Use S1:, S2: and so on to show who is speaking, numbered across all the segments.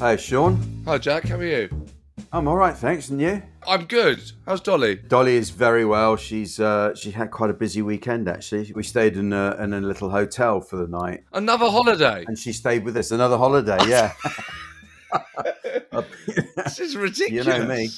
S1: Hey, Sean.
S2: Hi, Jack, how are you?
S1: I'm all right, thanks. And you?
S2: I'm good. How's Dolly?
S1: Dolly is very well. She's uh, she had quite a busy weekend actually. We stayed in a, in a little hotel for the night,
S2: Another holiday.
S1: and she stayed with us another holiday. Yeah,
S2: This is ridiculous.
S1: me.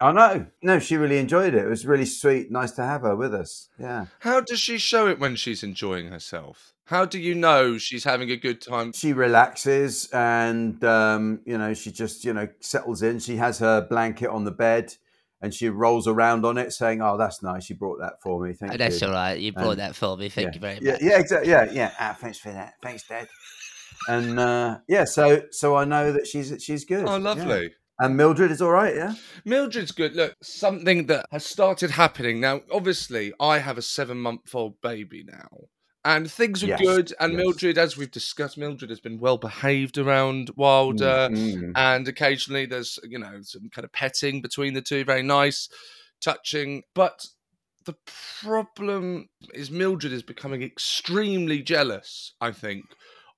S1: I know. No, she really enjoyed it. It was really sweet. Nice to have her with us. Yeah,
S2: How does she show it when she's enjoying herself? How do you know she's having a good time?
S1: she relaxes and um, you know she just you know settles in. She has her blanket on the bed. And she rolls around on it, saying, "Oh, that's nice. You brought that for me. Thank
S3: Oh,
S1: you."
S3: that's all right. You brought
S1: Um,
S3: that for me. Thank
S1: yeah.
S3: you very
S1: yeah,
S3: much.
S1: Yeah, exactly. Yeah, yeah. Ah, thanks for that. Thanks, Dad. And uh, yeah, so so I know that she's she's good.
S2: Oh,
S1: yeah.
S2: lovely.
S1: And Mildred is all right. Yeah.
S2: Mildred's good. Look, something that has started happening now. Obviously, I have a seven month old baby now, and things are
S1: Yes,
S2: good. And
S1: yes.
S2: Mildred, as we've discussed, Mildred has been well behaved around Wilder,
S1: Mm, mm.
S2: and occasionally there's, you know, some kind of petting between the two. Very nice, touching. But the problem is Mildred is becoming extremely jealous, I think,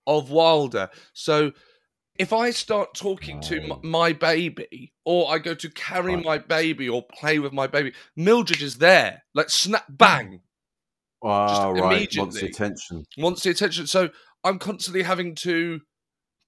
S2: of Wilder. So if I start talking to m-
S1: Right.
S2: my baby, or I go to carry
S1: Right.
S2: my baby, or play with my baby, Mildred is there, like snap bang,
S1: Oh, right. Wants
S2: immediately.
S1: attention.
S2: wants the attention. So I'm constantly having to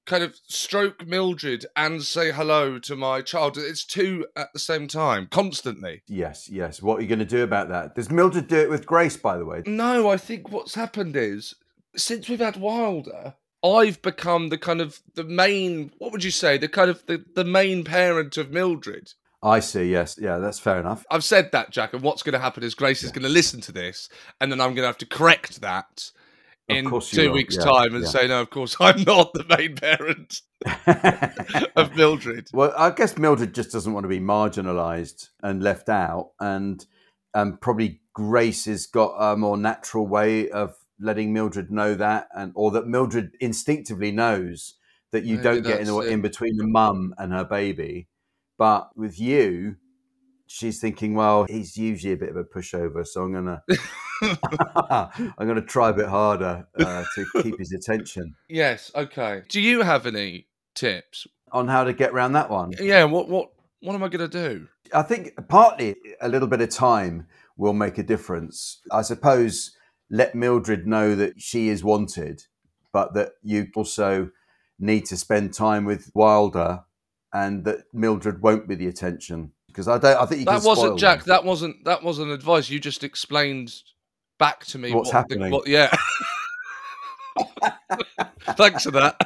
S2: kind of stroke Mildred and say hello to my child. It's two at the same time, constantly.
S1: Yes, yes. What are you going to do about that? Does Mildred do it with grace? By the way.
S2: No, I think what's happened is since we've had Wilder, I've become the kind of the main. What would you say? The kind of the, the main parent of Mildred.
S1: I see. Yes. Yeah. That's fair enough.
S2: I've said that, Jack, and what's going to happen is Grace is going to listen to this, and then I'm going to have to correct that
S1: Of
S2: in
S1: course you
S2: two
S1: will,
S2: weeks'
S1: yeah,
S2: time and
S1: yeah.
S2: say, no, of course, I'm not the main parent of Mildred.
S1: well, I guess Mildred just doesn't want to be marginalised and left out, and and probably Grace has got a more natural way of letting Mildred know that, and or that Mildred instinctively knows that you
S2: Maybe
S1: don't get in,
S2: that's
S1: the,
S2: it.
S1: in between the mum and her baby, but with you. She's thinking, well, he's usually a bit of a pushover, so I'm gonna, I'm gonna try a bit harder uh, to keep his attention
S2: Yes, okay. Do you have any tips?
S1: on how to get around that one.
S2: Yeah, what what what am I going to do?
S1: I think partly a little bit of time will make a difference. I suppose let Mildred know that she is wanted, but that you also need to spend time with Wilder, and that Mildred won't be the attention because I don't. I think you
S2: That
S1: can spoil
S2: wasn't Jack.
S1: them.
S2: That wasn't that wasn't advice. You just explained back to me
S1: What's
S2: what the-
S1: happening.
S2: what, yeah. Thanks for that.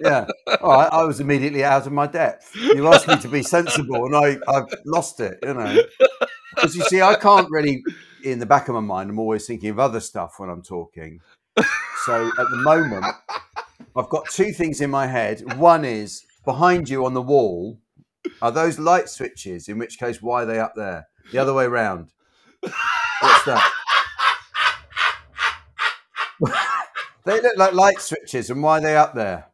S1: yeah. All right. I was immediately out of my depth. You asked me to be sensible, and I, I've lost it, you know. Because you see, I can't really, in the back of my mind, I'm always thinking of other stuff when I'm talking. So at the moment, I've got two things in my head. One is behind you on the wall Are those light switches? In which case, why are they up there? The other way round. What's that? they look like light switches, and why are they up there?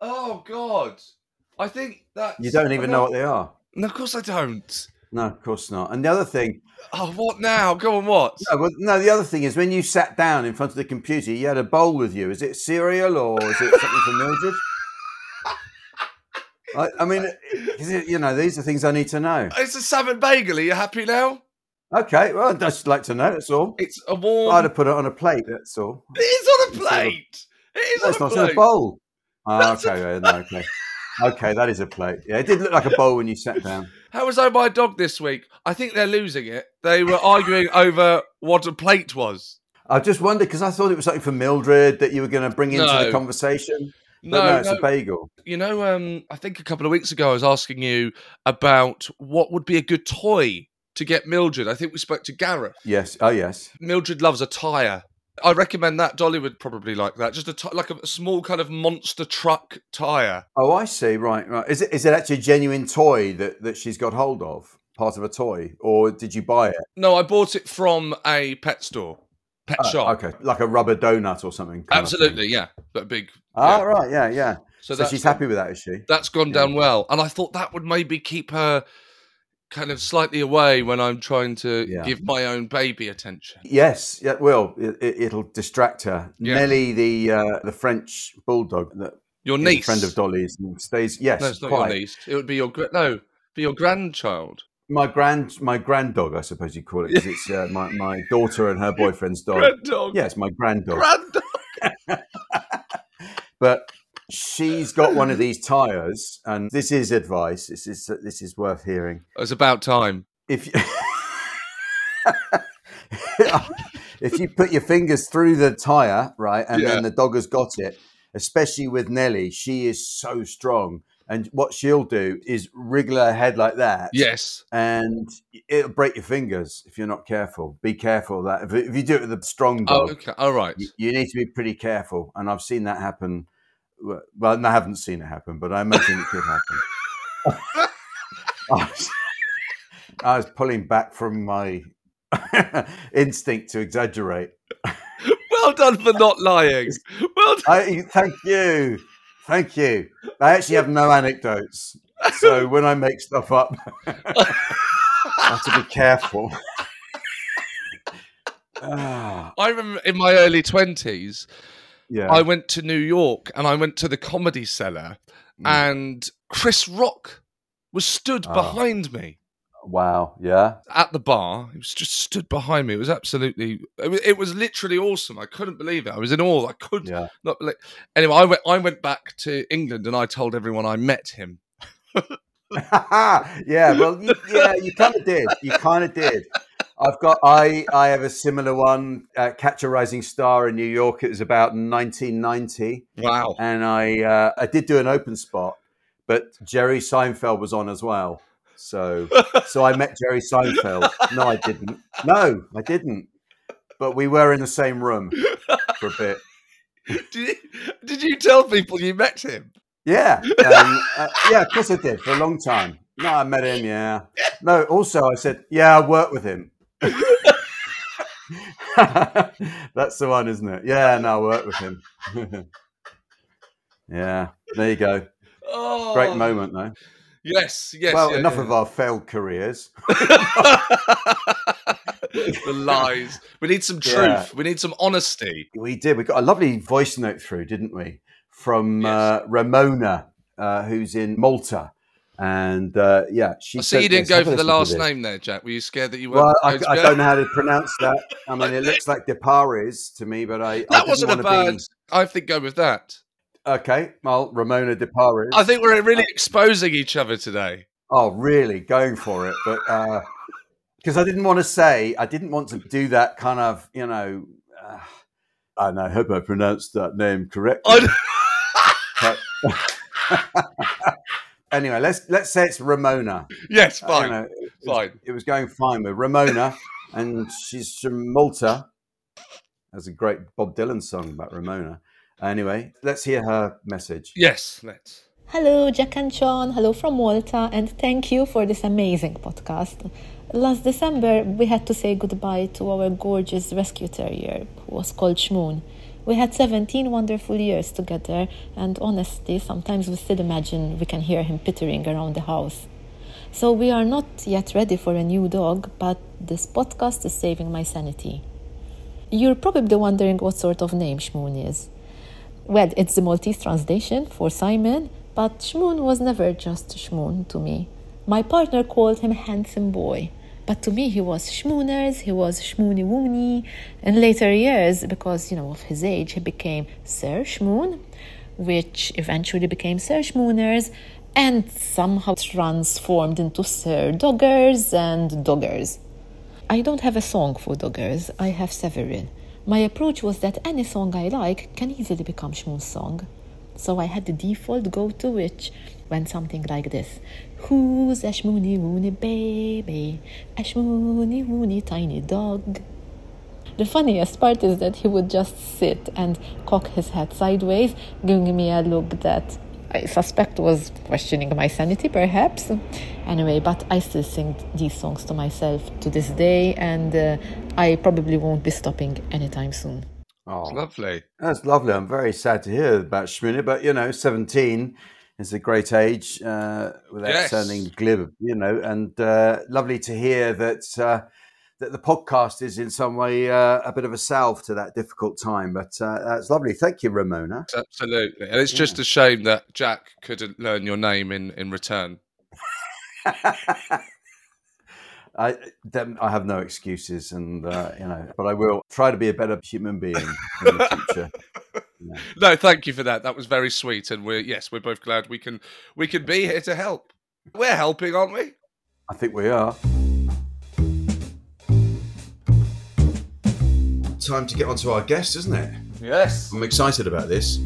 S2: Oh God! I think that
S1: You don't even know what they are.
S2: No, of course I don't.
S1: No, of course not. And the other thing,
S2: Oh, what now? Go on, what?
S1: no, well, no, the other thing is when you sat down in front of the computer, you had a bowl with you. Is it cereal or is it something from Mildred? I, I mean, is it, you know, these are things I need to know.
S2: It's a salmon bagel. Are you happy now?
S1: Okay, well, I'd just like to know. That's all.
S2: It's a warm.
S1: I'd have put it on a plate. That's all.
S2: It is on a
S1: It's on a-
S2: plate. It is
S1: No, it's
S2: on
S1: not
S2: a
S1: it's in a
S2: plate.
S1: bowl. Ah,
S2: That's a
S1: okay, yeah, no, okay, okay, that is a plate. Yeah, it did look like a bowl when you sat down.
S2: How was I my dog this week? I think they're losing it. They were arguing over what a plate was.
S1: I just wondered because I thought it was something for Mildred that you were going to bring into
S2: No.
S1: the conversation. But
S2: No,
S1: no, it's
S2: no.
S1: a bagel.
S2: you know, um, I think a couple of weeks ago I was asking you about what would be a good toy to get Mildred. I think we spoke to Gareth.
S1: Yes. Oh, yes.
S2: Mildred loves a tire. I recommend that. Dolly would probably like that. Just a ti- like a, small kind of monster truck tire.
S1: Oh, I see. Right, right. Is it is it actually a genuine toy that that she's got hold of? Part of a toy, or did you buy it?
S2: No, I bought it from a pet store, pet
S1: Oh,
S2: shop.
S1: Okay, like a rubber donut or something. kind of thing.
S2: Absolutely, yeah, but big.
S1: Ah,
S2: yeah.
S1: right. Yeah, yeah.
S2: So,
S1: so
S2: that's
S1: she's
S2: gone-
S1: happy with that, is she?
S2: That's gone
S1: Yeah.
S2: down well, and I thought that would maybe keep her kind of slightly away when I'm trying to
S1: Yeah.
S2: give my own baby attention.
S1: Yes, yeah, it will. It, it, it'll distract her.
S2: Yeah.
S1: Nelly, the uh, the French bulldog that
S2: Your
S1: is a
S2: niece,
S1: friend of Dolly's, and stays. Yes,
S2: No, it's not
S1: quite.
S2: your niece. It would be your gra- no, be your grandchild.
S1: My grand my granddog, I suppose you would call it, because it's uh, my my daughter and her boyfriend's dog.
S2: Granddog.
S1: Yes, my granddog.
S2: Granddog.
S1: but she's got one of these tires, and this is advice. This is this is worth hearing.
S2: It's about time.
S1: if you if you put your fingers through the tire, right, and
S2: Yeah.
S1: then the dog has got it, especially with Nelly, she is so strong. And what she'll do is wriggle her head like that.
S2: Yes.
S1: And it'll break your fingers if you're not careful. Be careful of that. If, if you do it with a strong
S2: Oh,
S1: dog,
S2: okay. All right.
S1: you, you need to be pretty careful. And I've seen that happen. Well, well, I haven't seen it happen, but I imagine it could happen. I, was, I was pulling back from my instinct to exaggerate.
S2: Well done for not lying. Well done.
S1: I, thank you. Thank you. I actually have no anecdotes. So when I make stuff up, I have to be careful. Ah,
S2: I remember in my early twenties,
S1: yeah.
S2: I went to New York and I went to the Comedy Cellar,
S1: Mm.
S2: and Chris Rock was stood
S1: Ah.
S2: behind me.
S1: wow. Yeah.
S2: at the bar. He was just stood behind me. It was absolutely, it was, it was literally awesome. I couldn't believe it. I was in awe. I could
S1: Yeah.
S2: not believe. Anyway, I went, I went back to England and I told everyone I met him.
S1: yeah, well, you, yeah, you kind of did. You kind of did. I've got. I I have a similar one. Uh, Catch a Rising Star in New York. It was about 1990,
S2: Wow.
S1: and I uh, I did do an open spot, but Jerry Seinfeld was on as well. So so I met Jerry Seinfeld. No, I didn't. No, I didn't. But we were in the same room for a bit.
S2: did, you, did you tell people you met him?
S1: Yeah, um, uh, yeah, of course I did for a long time. No, I met him. Yeah, no. Also, I said, yeah, I worked with him. That's the one, isn't it? Yeah, no, I worked with him. yeah, there you go.
S2: Oh,
S1: Great moment, though.
S2: Yes. Yes.
S1: well,
S2: yeah,
S1: enough
S2: yeah.
S1: of our failed careers.
S2: the lies. We need some truth.
S1: Yeah.
S2: We need some honesty.
S1: We did. We got a lovely voice note through, didn't we? From
S2: Yes.
S1: uh, Ramona, uh, who's in Malta, and uh, yeah, she.
S2: I see you
S1: sent
S2: didn't
S1: this. Have
S2: go
S1: a
S2: for the
S1: listen to
S2: last
S1: this.
S2: name there, Jack. Were you scared that you weren't?
S1: Well, I,
S2: going to
S1: I
S2: go?
S1: don't know how to pronounce that. I mean, it looks like Depares to me, but I, I
S2: That
S1: didn't
S2: wasn't a
S1: wanna be-
S2: bad. I think go with that.
S1: Okay, well, Ramona Depares.
S2: I think we're really exposing each other today.
S1: Oh, really? Going for it, but because I didn't want to say, I didn't want to do that kind of, you know. Uh, I know. I hope I pronounced that name correctly.
S2: I,
S1: Anyway, let's let's say it's Ramona.
S2: yes,
S1: Uh, you
S2: fine,
S1: know,
S2: fine.
S1: it was going fine with Ramona, and she's from Malta. That's a great Bob Dylan song about Ramona. Anyway, let's hear her message.
S2: Yes, let's.
S3: Hello, Jack and Sean. Hello from Malta, and thank you for this amazing podcast. Last December, we had to say goodbye to our gorgeous rescue terrier, who was called Shmoon. We had 17 wonderful years together, and honestly, sometimes we still imagine we can hear him pittering around the house. So, we are not yet ready for a new dog, but this podcast is saving my sanity. You're probably wondering what sort of name Shmoon is. Well, it's the Maltese translation for Simon, but Shmoon was never just Shmoon to me. My partner called him handsome boy, but to me he was Shmooners, he was Shmoony Woony. In later years, because you know of his age, he became Sir Shmoon, which eventually became Sir Shmooners, and somehow transformed into Sir Doggers and Doggers. I don't have a song for Doggers, I have several. My approach was that any song I like can easily become Shmoon's song. So I had the default go to which went something like this Who's a Shmoony Woony baby? A Shmoony Woony tiny dog. The funniest part is that he would just sit and cock his head sideways, giving me a look that I suspect was questioning my sanity, perhaps. Anyway, but I still sing these songs to myself to this day, and uh, I probably won't be stopping anytime soon.
S1: Oh,
S2: Lovely.
S1: that's lovely. I'm very sad to hear about Shmina, but you know, 17 is a great age uh, without
S2: Yes.
S1: sounding glib, you know, and uh, lovely to hear that uh, that the podcast is in some way uh, a bit of a salve to that difficult time. But uh, that's lovely. Thank you, Ramona.
S2: Absolutely. And it's just a shame that Jack couldn't learn your name in, in return.
S1: I then I have no excuses, and uh, you know, but I will try to be a better human being in the future.
S2: No, thank you for that. That was very sweet. And we're yes, we're both glad we can we can be here to help. We're helping, aren't we?
S1: I think we are. Time to get on to our guest, isn't it?
S2: Yes.
S1: I'm excited about this.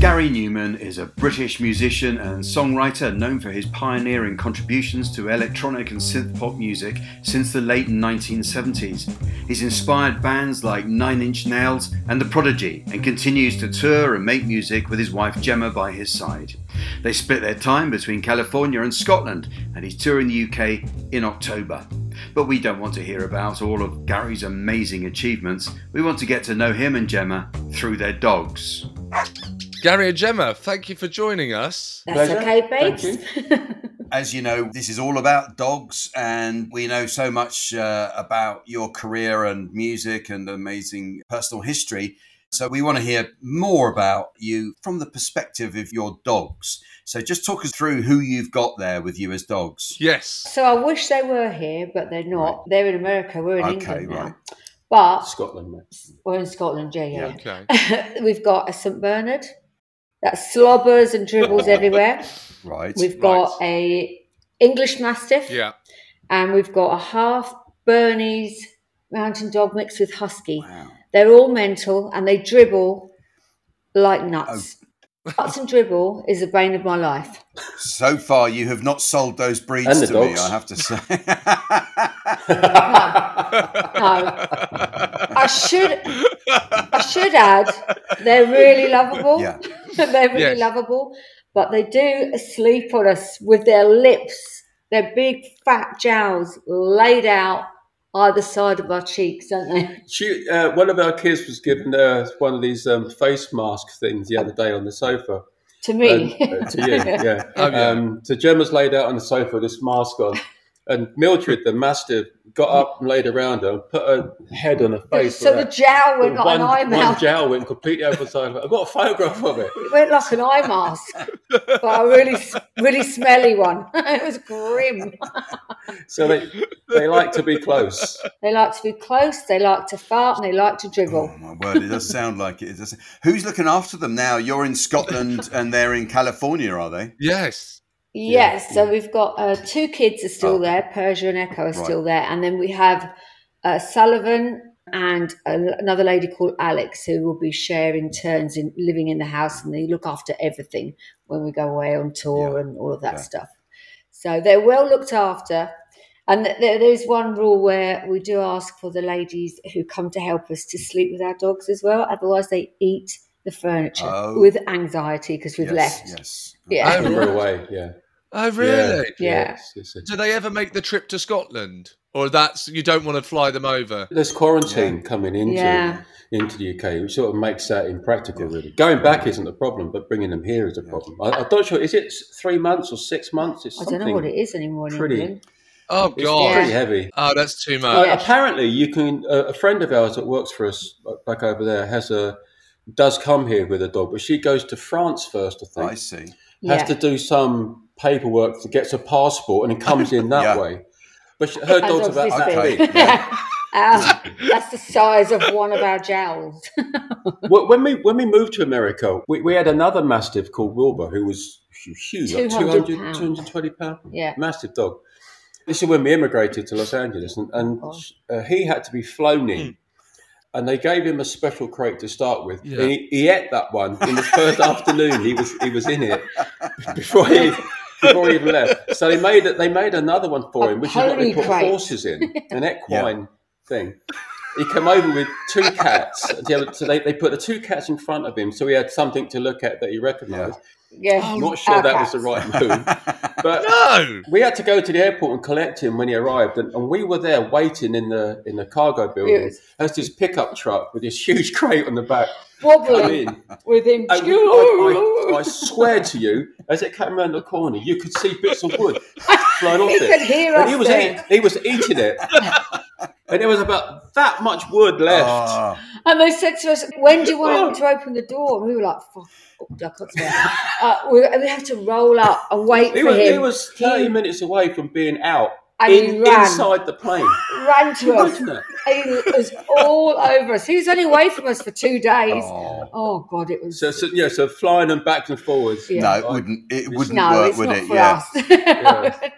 S1: Gary Newman is a British musician and songwriter known for his pioneering contributions to electronic and synth pop music since the late 1970s. He's inspired bands like Nine Inch Nails and The Prodigy and continues to tour and make music with his wife Gemma by his side. They split their time between California and Scotland and he's touring the UK in October. But we don't want to hear about all of Gary's amazing achievements. We want to get to know him and Gemma through their dogs.
S2: Gary and Gemma, thank you for joining us.
S4: That's
S1: Pleasure.
S4: okay, babes.
S1: As you know, this is all about dogs, and we know so much uh, about your career and music and amazing personal history. So, we want to hear more about you from the perspective of your dogs. So, just talk us through who you've got there with you as dogs.
S2: Yes.
S4: so I wish they were here, but they're not. They're in America. We're in
S1: Okay,
S4: England now.
S1: right.
S4: But
S1: Scotland,
S4: we're in Scotland, yeah, yeah.
S2: Okay.
S4: yeah. We've got a St Bernard that slobbers and dribbles everywhere.
S1: right?
S4: We've got a English Mastiff,
S2: Yeah.
S4: and we've got a half Bernese Mountain Dog mixed with Husky.
S1: Wow.
S4: They're all mental and they dribble
S1: Oh.
S4: like nuts. Nuts and dribble is the bane of my life.
S1: So far, you have not sold those breeds
S5: And the
S1: to me,
S5: dogs.
S1: I have to say.
S4: No, Um, I should I should add they're really lovable.
S1: Yeah.
S4: they're really
S2: Yes.
S4: lovable, but they do sleep on us with their lips, their big fat jowls laid out either side of our cheeks, don't they?
S5: She, uh, one of our kids was given uh, one of these um, face mask things the other day on the sofa.
S4: To me,
S5: And, uh, to you, yeah.
S2: Oh, yeah.
S5: Um, so Gemma's laid out on the sofa with this mask on, and Mildred, the mastiff, got up and laid around her and put her head on her face.
S4: so the
S5: like that.
S4: jowl went
S5: And
S4: like
S5: one,
S4: an eye
S5: one
S4: mask.
S5: jowl went completely over the side of it. I've got a photograph of it.
S4: It went like an eye mask, but a really, really smelly one. it was grim.
S5: So they, they like to be close.
S4: They like to be close. They like to fart, and they like to dribble.
S1: Oh my word! It does sound like it. it does. Who's looking after them now? You're in Scotland and they're in California, are they?
S2: yes.
S4: Yes, so we've got uh, two kids are still
S1: Oh.
S4: there. Persia and Echo are still there, and then we have uh, Sullivan and a, another lady called Alex who will be sharing turns in living in the house, and they look after everything when we go away on tour and all of that
S1: Yeah.
S4: stuff. So they're well looked after, and th- there, there is one rule where we do ask for the ladies who come to help us to sleep with our dogs as well. Otherwise, they eat the furniture
S1: Oh.
S4: with anxiety because we've
S1: yes,
S4: left.
S1: Yes.
S4: Yeah.
S5: They were away, yeah.
S2: Oh, really?
S4: Yeah.
S5: it's- it's a-
S2: Do they ever make the trip to Scotland? Or that's you don't want to fly them over?
S5: There's quarantine coming into
S4: Yeah.
S5: into the UK, which sort of makes that impractical. Really, going back isn't a problem, but bringing them here is a problem. I, I'm not sure. Is it s- three months or six months? It's
S4: I
S5: something.
S4: don't know what it is anymore in
S5: pretty-
S4: England.
S2: Oh
S5: It's
S2: god.
S5: pretty heavy.
S2: Oh, that's too
S5: Uh,
S2: much.
S5: apparently, you can. Uh, a friend of ours that works for us uh, back over there has a does come here with a dog, but she goes to France first. I think
S1: I see.
S5: has
S4: Yeah.
S5: to do some paperwork to gets a passport and it comes in that
S1: Yeah.
S5: way. But she, her
S4: Our
S5: dog's about
S4: dog's
S5: that
S4: this
S1: okay,
S4: big.
S5: big.
S4: Ah, that's the size of one of our jowls.
S5: Well, when we when we moved to America, we, we had another mastiff called Wilbur who was hu- huge, like
S4: 200
S5: 200,
S4: pounds.
S5: 220 pound
S4: Yeah.
S5: mastiff dog. This is when we immigrated to Los Angeles, and, and
S4: Oh.
S5: uh, he had to be flown in. And they gave him a special crate to start with.
S2: Yeah.
S5: And he, he ate that one in the first afternoon. He was he was in it before he before he even left. So they made it. They made another one for
S4: A
S5: him, which is what
S4: pony
S5: they put
S4: crate.
S5: horses in, an equine thing he came over with two cats. Yeah, so they, they put the two cats in front of him, so he had something to look at that he recognised.
S4: Yeah.
S5: I'm not sure
S4: Our
S5: that
S4: Oh, cats.
S5: was the right move, but
S4: Oh,
S2: no.
S5: we had to go to the airport and collect him when he arrived, and, and we were there waiting in the in the cargo building
S4: Yes.
S5: as this pickup truck with this huge crate on the back come
S4: Wobbling
S5: in.
S4: with him.
S5: And we- I, I, I swear to you, as it came around the corner, you could see bits of wood flying off
S4: He
S5: it.
S4: could hear
S5: and
S4: us
S5: he was
S4: then.
S5: eat, he was eating it, and there was about that much wood left.
S1: Ah,
S4: And they said to us, "When do you want
S5: Oh.
S4: to open the door?" And we were like, "Fuck, oh, I can't swear. Uh, we, we have to roll up and wait
S5: He
S4: for
S5: was,
S4: him.
S5: he was 30 minutes away from being out
S4: And he
S5: in,
S4: ran.
S5: inside the plane.
S4: ran to us.
S5: Wasn't it?
S4: He was all over us. He was only away from us for two days. Oh, God, it was.
S5: So, so, yeah, so flying and back and forwards.
S4: Yeah.
S1: No, it wouldn't. It wouldn't
S4: no,
S1: work,
S4: it's
S1: would
S4: not
S1: it?
S4: for
S1: yeah.
S4: us. it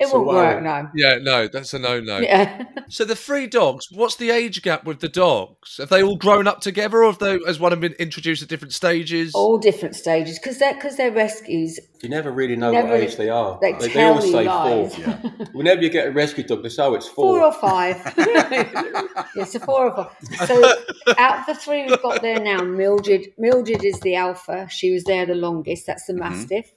S5: It's a
S4: won't work.
S5: worry.
S4: No.
S2: Yeah, no, that's a no no.
S4: Yeah.
S2: So the three dogs, what's the age gap with the dogs? Have they all grown up together or have they has one been introduced at different stages?
S4: All different stages because they're because they're rescues.
S5: You never really know
S4: Never-
S5: what age they are.
S4: They tell you lies.
S5: Whenever you get a rescue dog, they say, oh, it's four.
S4: Four or five. yes, a four or five. So out of the three we've got there now, Mildred Mildred is the alpha. She was there the longest. That's the
S2: Mm-hmm.
S4: mastiff.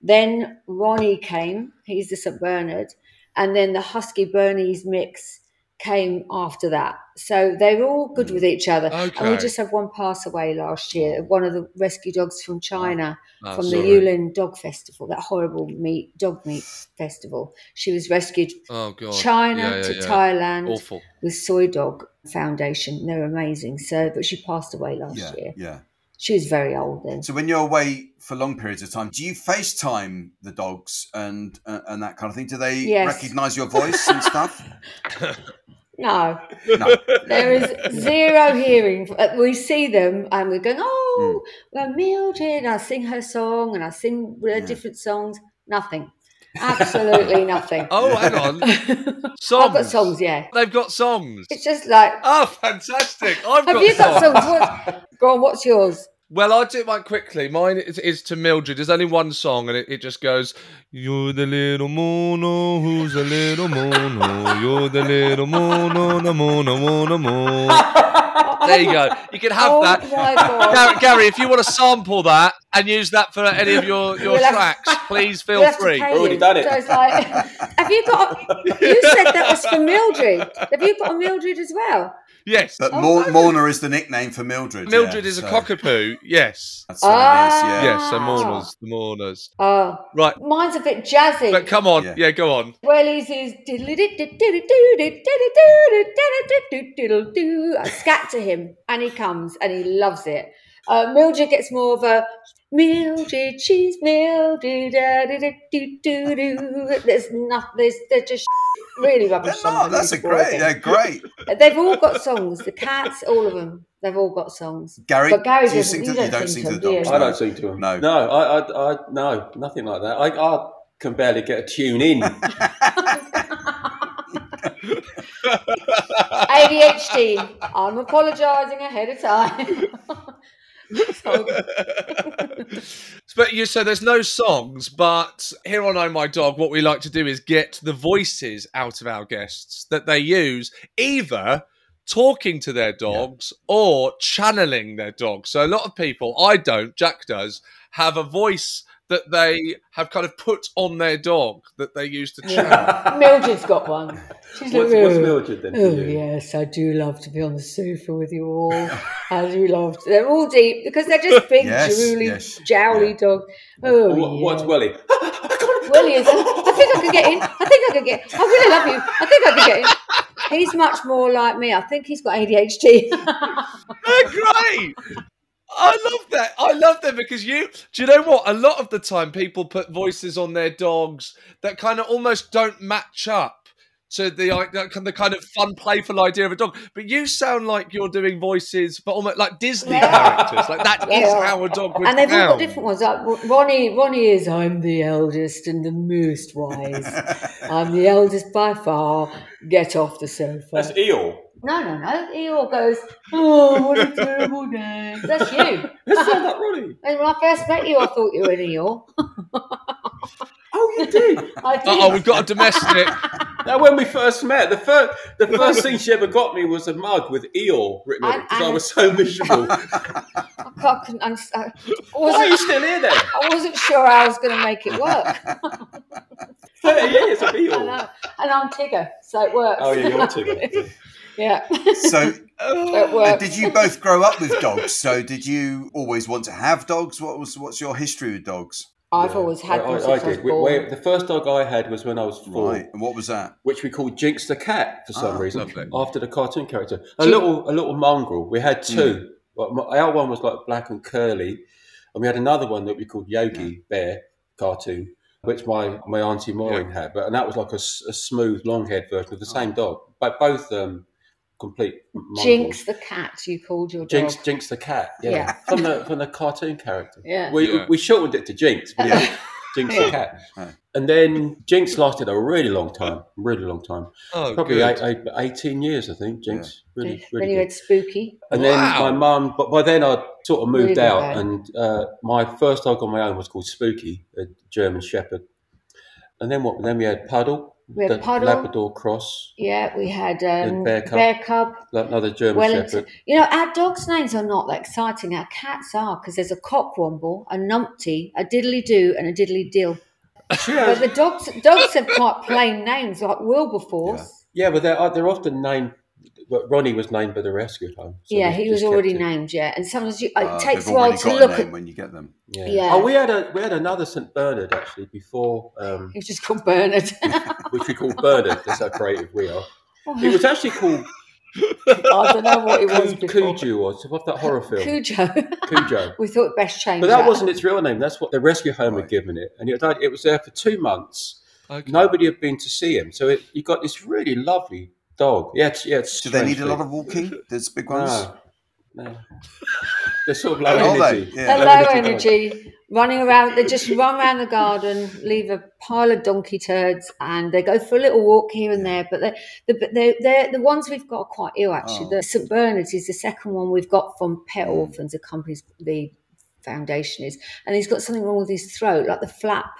S4: Then Ronnie came. He's the St Bernard, and then the Husky Bernese mix came after that. So they were all good with each other. And we
S2: Okay.
S4: just had one pass away last year. One of the rescue dogs from China
S2: Oh,
S4: from
S2: sorry.
S4: the Yulin Dog Festival, that horrible meat dog meat festival. She was rescued
S2: Oh god.
S4: China
S2: Yeah, yeah,
S4: to
S2: yeah.
S4: Thailand
S2: Awful.
S4: with Soy Dog Foundation. They're amazing. So, but she passed away last
S1: Yeah.
S4: year.
S1: Yeah.
S4: She was very old then.
S1: So when you're away for long periods of time, do you FaceTime the dogs and uh, and that kind of thing? Do they
S4: Yes.
S1: recognise your voice and stuff?
S4: No,
S1: No.
S4: there is zero hearing. Uh, We see them and we're going,
S1: Hmm.
S4: oh, we're Mildred. I sing her song and I sing her different songs. Nothing. Absolutely nothing.
S2: Oh, hang on. Songs.
S4: I've got songs, yeah.
S2: They've got songs.
S4: It's just like,
S2: Oh, fantastic. I've
S4: have
S2: got
S4: you got
S2: songs.
S4: songs? What, go on, what's yours?
S2: Well, I'll do mine quickly. Mine is, is to Mildred. There's only one song, and it, it just goes, You're the little mono, who's a little mono. You're the little mono, the oh, mono, mono, mono. There you go. You can have
S4: oh
S2: that.
S4: my God.
S2: Gary, Gary, if you want to sample that and use that for any of your, your
S4: We'll have-
S2: tracks, please feel
S4: We'll have to
S2: free.
S4: pay
S5: Already
S4: you.
S5: done it.
S4: So it's like, have you got? You said that was for Mildred. Have you got a Mildred as well?
S2: Yes.
S4: Oh,
S1: But Mor- Morna is the nickname for Mildred. Oh, yeah,
S2: Mildred is a
S1: so
S2: cockapoo. Yes.
S1: That's what it is. Yeah.
S4: Ah.
S2: Yes, so mourners, the mourners.
S4: Oh,
S2: Right.
S4: mine's a bit jazzy.
S2: But come on.
S1: Yeah.
S2: Yeah, go on.
S4: Wellies is diddly-doo-doo-doo-doo-doo-doo-doo-doo-doo-doo-doo-doo-doo. I scat to him, and he comes, and he loves it. Uh, Mildred gets more of a Mildred, she's Mildred. da-da-da-doo-doo-doo. There's nothing. There's they're just really rubbish.
S1: They're
S4: songs
S1: not.
S4: and
S1: That's a
S4: it's boring.
S1: great. They're great.
S4: They've all got songs. The cats, all of them. They've all got songs.
S1: Gary,
S4: but Gary
S1: do you
S4: doesn't.
S1: sing
S4: you,
S1: to-
S4: don't
S1: you don't
S4: sing
S1: sing
S4: to
S1: to the
S4: them, do
S1: dogs,
S4: you?
S5: I don't sing to him.
S1: No.
S5: No, I, I, I, no, nothing like that. I, I can barely get a tune in.
S4: ADHD. I'm apologising ahead of time. So,
S2: But you so there's no songs, but here on Oh My Dog, what we like to do is get the voices out of our guests that they use either talking to their dogs or channeling their dogs. So a lot of people, I don't, Jack does, have a voice that they have kind of put on their dog that they use to channel.
S4: Mildred's got one. She's
S5: What's,
S4: like,
S5: what's
S4: "Oh,
S5: Mildred then?
S4: Oh
S5: for you?
S4: yes, I do love to be on the sofa with you all. I do love. To, they're all deep because they're just big,
S1: Yes,
S4: drooly,
S1: yes,
S4: jowly
S1: yeah.
S4: dog. Oh,
S5: What- What's
S4: yeah.
S5: Welly?
S4: Willie is. I think I could get in. I think I could get. I really love you. I think I could get in. He's much more like me. I think he's got ADHD.
S2: They're great. I love that. I love them because you do you know what? A lot of the time people put voices on their dogs that kind of almost don't match up to the i- the kind- the kind of fun, playful idea of a dog. But you sound like you're doing voices but almost like Disney
S4: Yeah.
S2: characters. Like that is
S4: They are.
S2: how a dog would
S4: and they've all got
S2: sound.
S4: different ones. Like Ro- Ronnie, Ronnie is I'm the eldest and the most wise. I'm the eldest by far. Get off the sofa.
S5: That's Eel.
S4: no, no, no. Eeyore goes, Oh, what a terrible day. That's you.
S5: That sounds like Ronnie.
S4: And when I first met you, I thought you were an Eeyore.
S5: Oh, you do.
S4: I did.
S2: oh, we've got a domestic.
S5: Now, when we first met, the first the first thing she ever got me was a mug with Eel written on it because I was so miserable.
S4: I couldn't understand. I
S5: Why are you
S4: wasn't,
S5: still here then?
S4: I wasn't sure how I was going to make it work.
S5: Thirty years of
S4: I
S5: Eel.
S4: know. And I'm Tigger, so it works.
S5: Oh, yeah, you're Tigger.
S4: yeah,
S1: so,
S4: it
S2: Oh,
S1: and
S4: works.
S1: did you both grow up with dogs? So, did you always want to have dogs? What was what's your history with dogs?
S4: I've always had
S5: I,
S4: them
S5: I, I
S4: since I was
S5: did. We-
S4: born.
S5: we- the first dog I had was when I was four,
S1: Right, and what was that?
S5: which we called Jinx the cat for some
S1: Ah,
S5: reason,
S2: lovely.
S5: after the cartoon character. A
S4: Jin-
S5: little, a little mongrel. We had two. Well, my, our one was like black and curly, and we had another one that we called Yogi Bear cartoon, which my my auntie Maureen had, but and that was like a, s- a smooth, long haired version of the same dog, but both um complete mongrels.
S4: Jinx the cat, you called your
S5: Jinx,
S4: dog.
S5: Jinx the cat, yeah,
S4: Yeah.
S5: from the from the cartoon character.
S4: Yeah.
S5: we
S2: Yeah.
S5: we shortened it to Jinx. but
S1: Yeah.
S5: Jinx
S4: Yeah.
S5: the cat,
S1: Right.
S5: and then Jinx lasted a really long time, really long time,
S2: Oh,
S5: probably
S2: good.
S5: eight, eight- eighteen years, I think. Jinx, really,
S4: when
S5: really
S4: you
S5: good.
S4: had Spooky.
S5: And then
S2: Wow.
S5: my mum, but by then I sort of moved
S4: Moved
S5: out,
S4: away.
S5: and uh, my first dog on my own was called Spooky, a German Shepherd. And then what? Then we had Puddle,
S4: We had
S5: the
S4: Puddle.
S5: Labrador Cross,
S4: Yeah, we had um,
S5: Bear
S4: Bear
S5: Cub.
S4: Cub,
S5: another German
S4: Wellington.
S5: Shepherd.
S4: You know, our dogs' names are not that exciting. Our cats are, because there's a cockwomble, a numpty, a diddly do, and a diddly dill.
S5: She
S4: But
S5: has-
S4: the dogs dogs have quite plain names, like Wilberforce.
S5: yeah, but they're uh, they're often named. But Ronnie was named by the rescue home. so
S4: Yeah,
S5: we
S4: he
S5: just
S4: was already
S5: kept it. Uh,
S4: named, yeah. And sometimes you,
S1: Ah,
S4: it takes
S1: they've
S4: a while
S1: already
S4: to
S1: got
S4: look
S1: a name
S4: at.
S1: when you get them.
S5: Yeah.
S4: Yeah.
S5: Oh, we had a we had another St Bernard actually before, um,
S4: He was just called Bernard.
S5: which we called Bernard. That's how creative we are. He was actually called
S4: I don't know what it was
S5: Cujo,
S4: before.
S5: Cujo or something off that horror film.
S4: Cujo.
S5: Cujo.
S4: we thought best change.
S5: But that wasn't its real name. That's what the rescue home had
S1: Right.
S5: given it, and it, died- it was there for two months.
S2: Okay.
S5: Nobody had been to see him, so it, you got this really lovely dog. Yeah, it's, yeah. It's
S1: Do they need a lot of walking? There's big ones.
S5: No, no. They're sort of low
S1: Are they?
S5: energy.
S1: Yeah.
S4: They're
S5: Low
S4: low
S5: energy dogs.
S4: energy, running around. They just run around the garden, leave a pile of donkey turds, and they go for a little walk here and there. But they're, the they're, they're, the ones we've got are quite ill, actually.
S1: Oh.
S4: The St. Bernard's is the second one we've got from Pet Orphans, the company's the foundation is. And he's got something wrong with his throat, like the flap.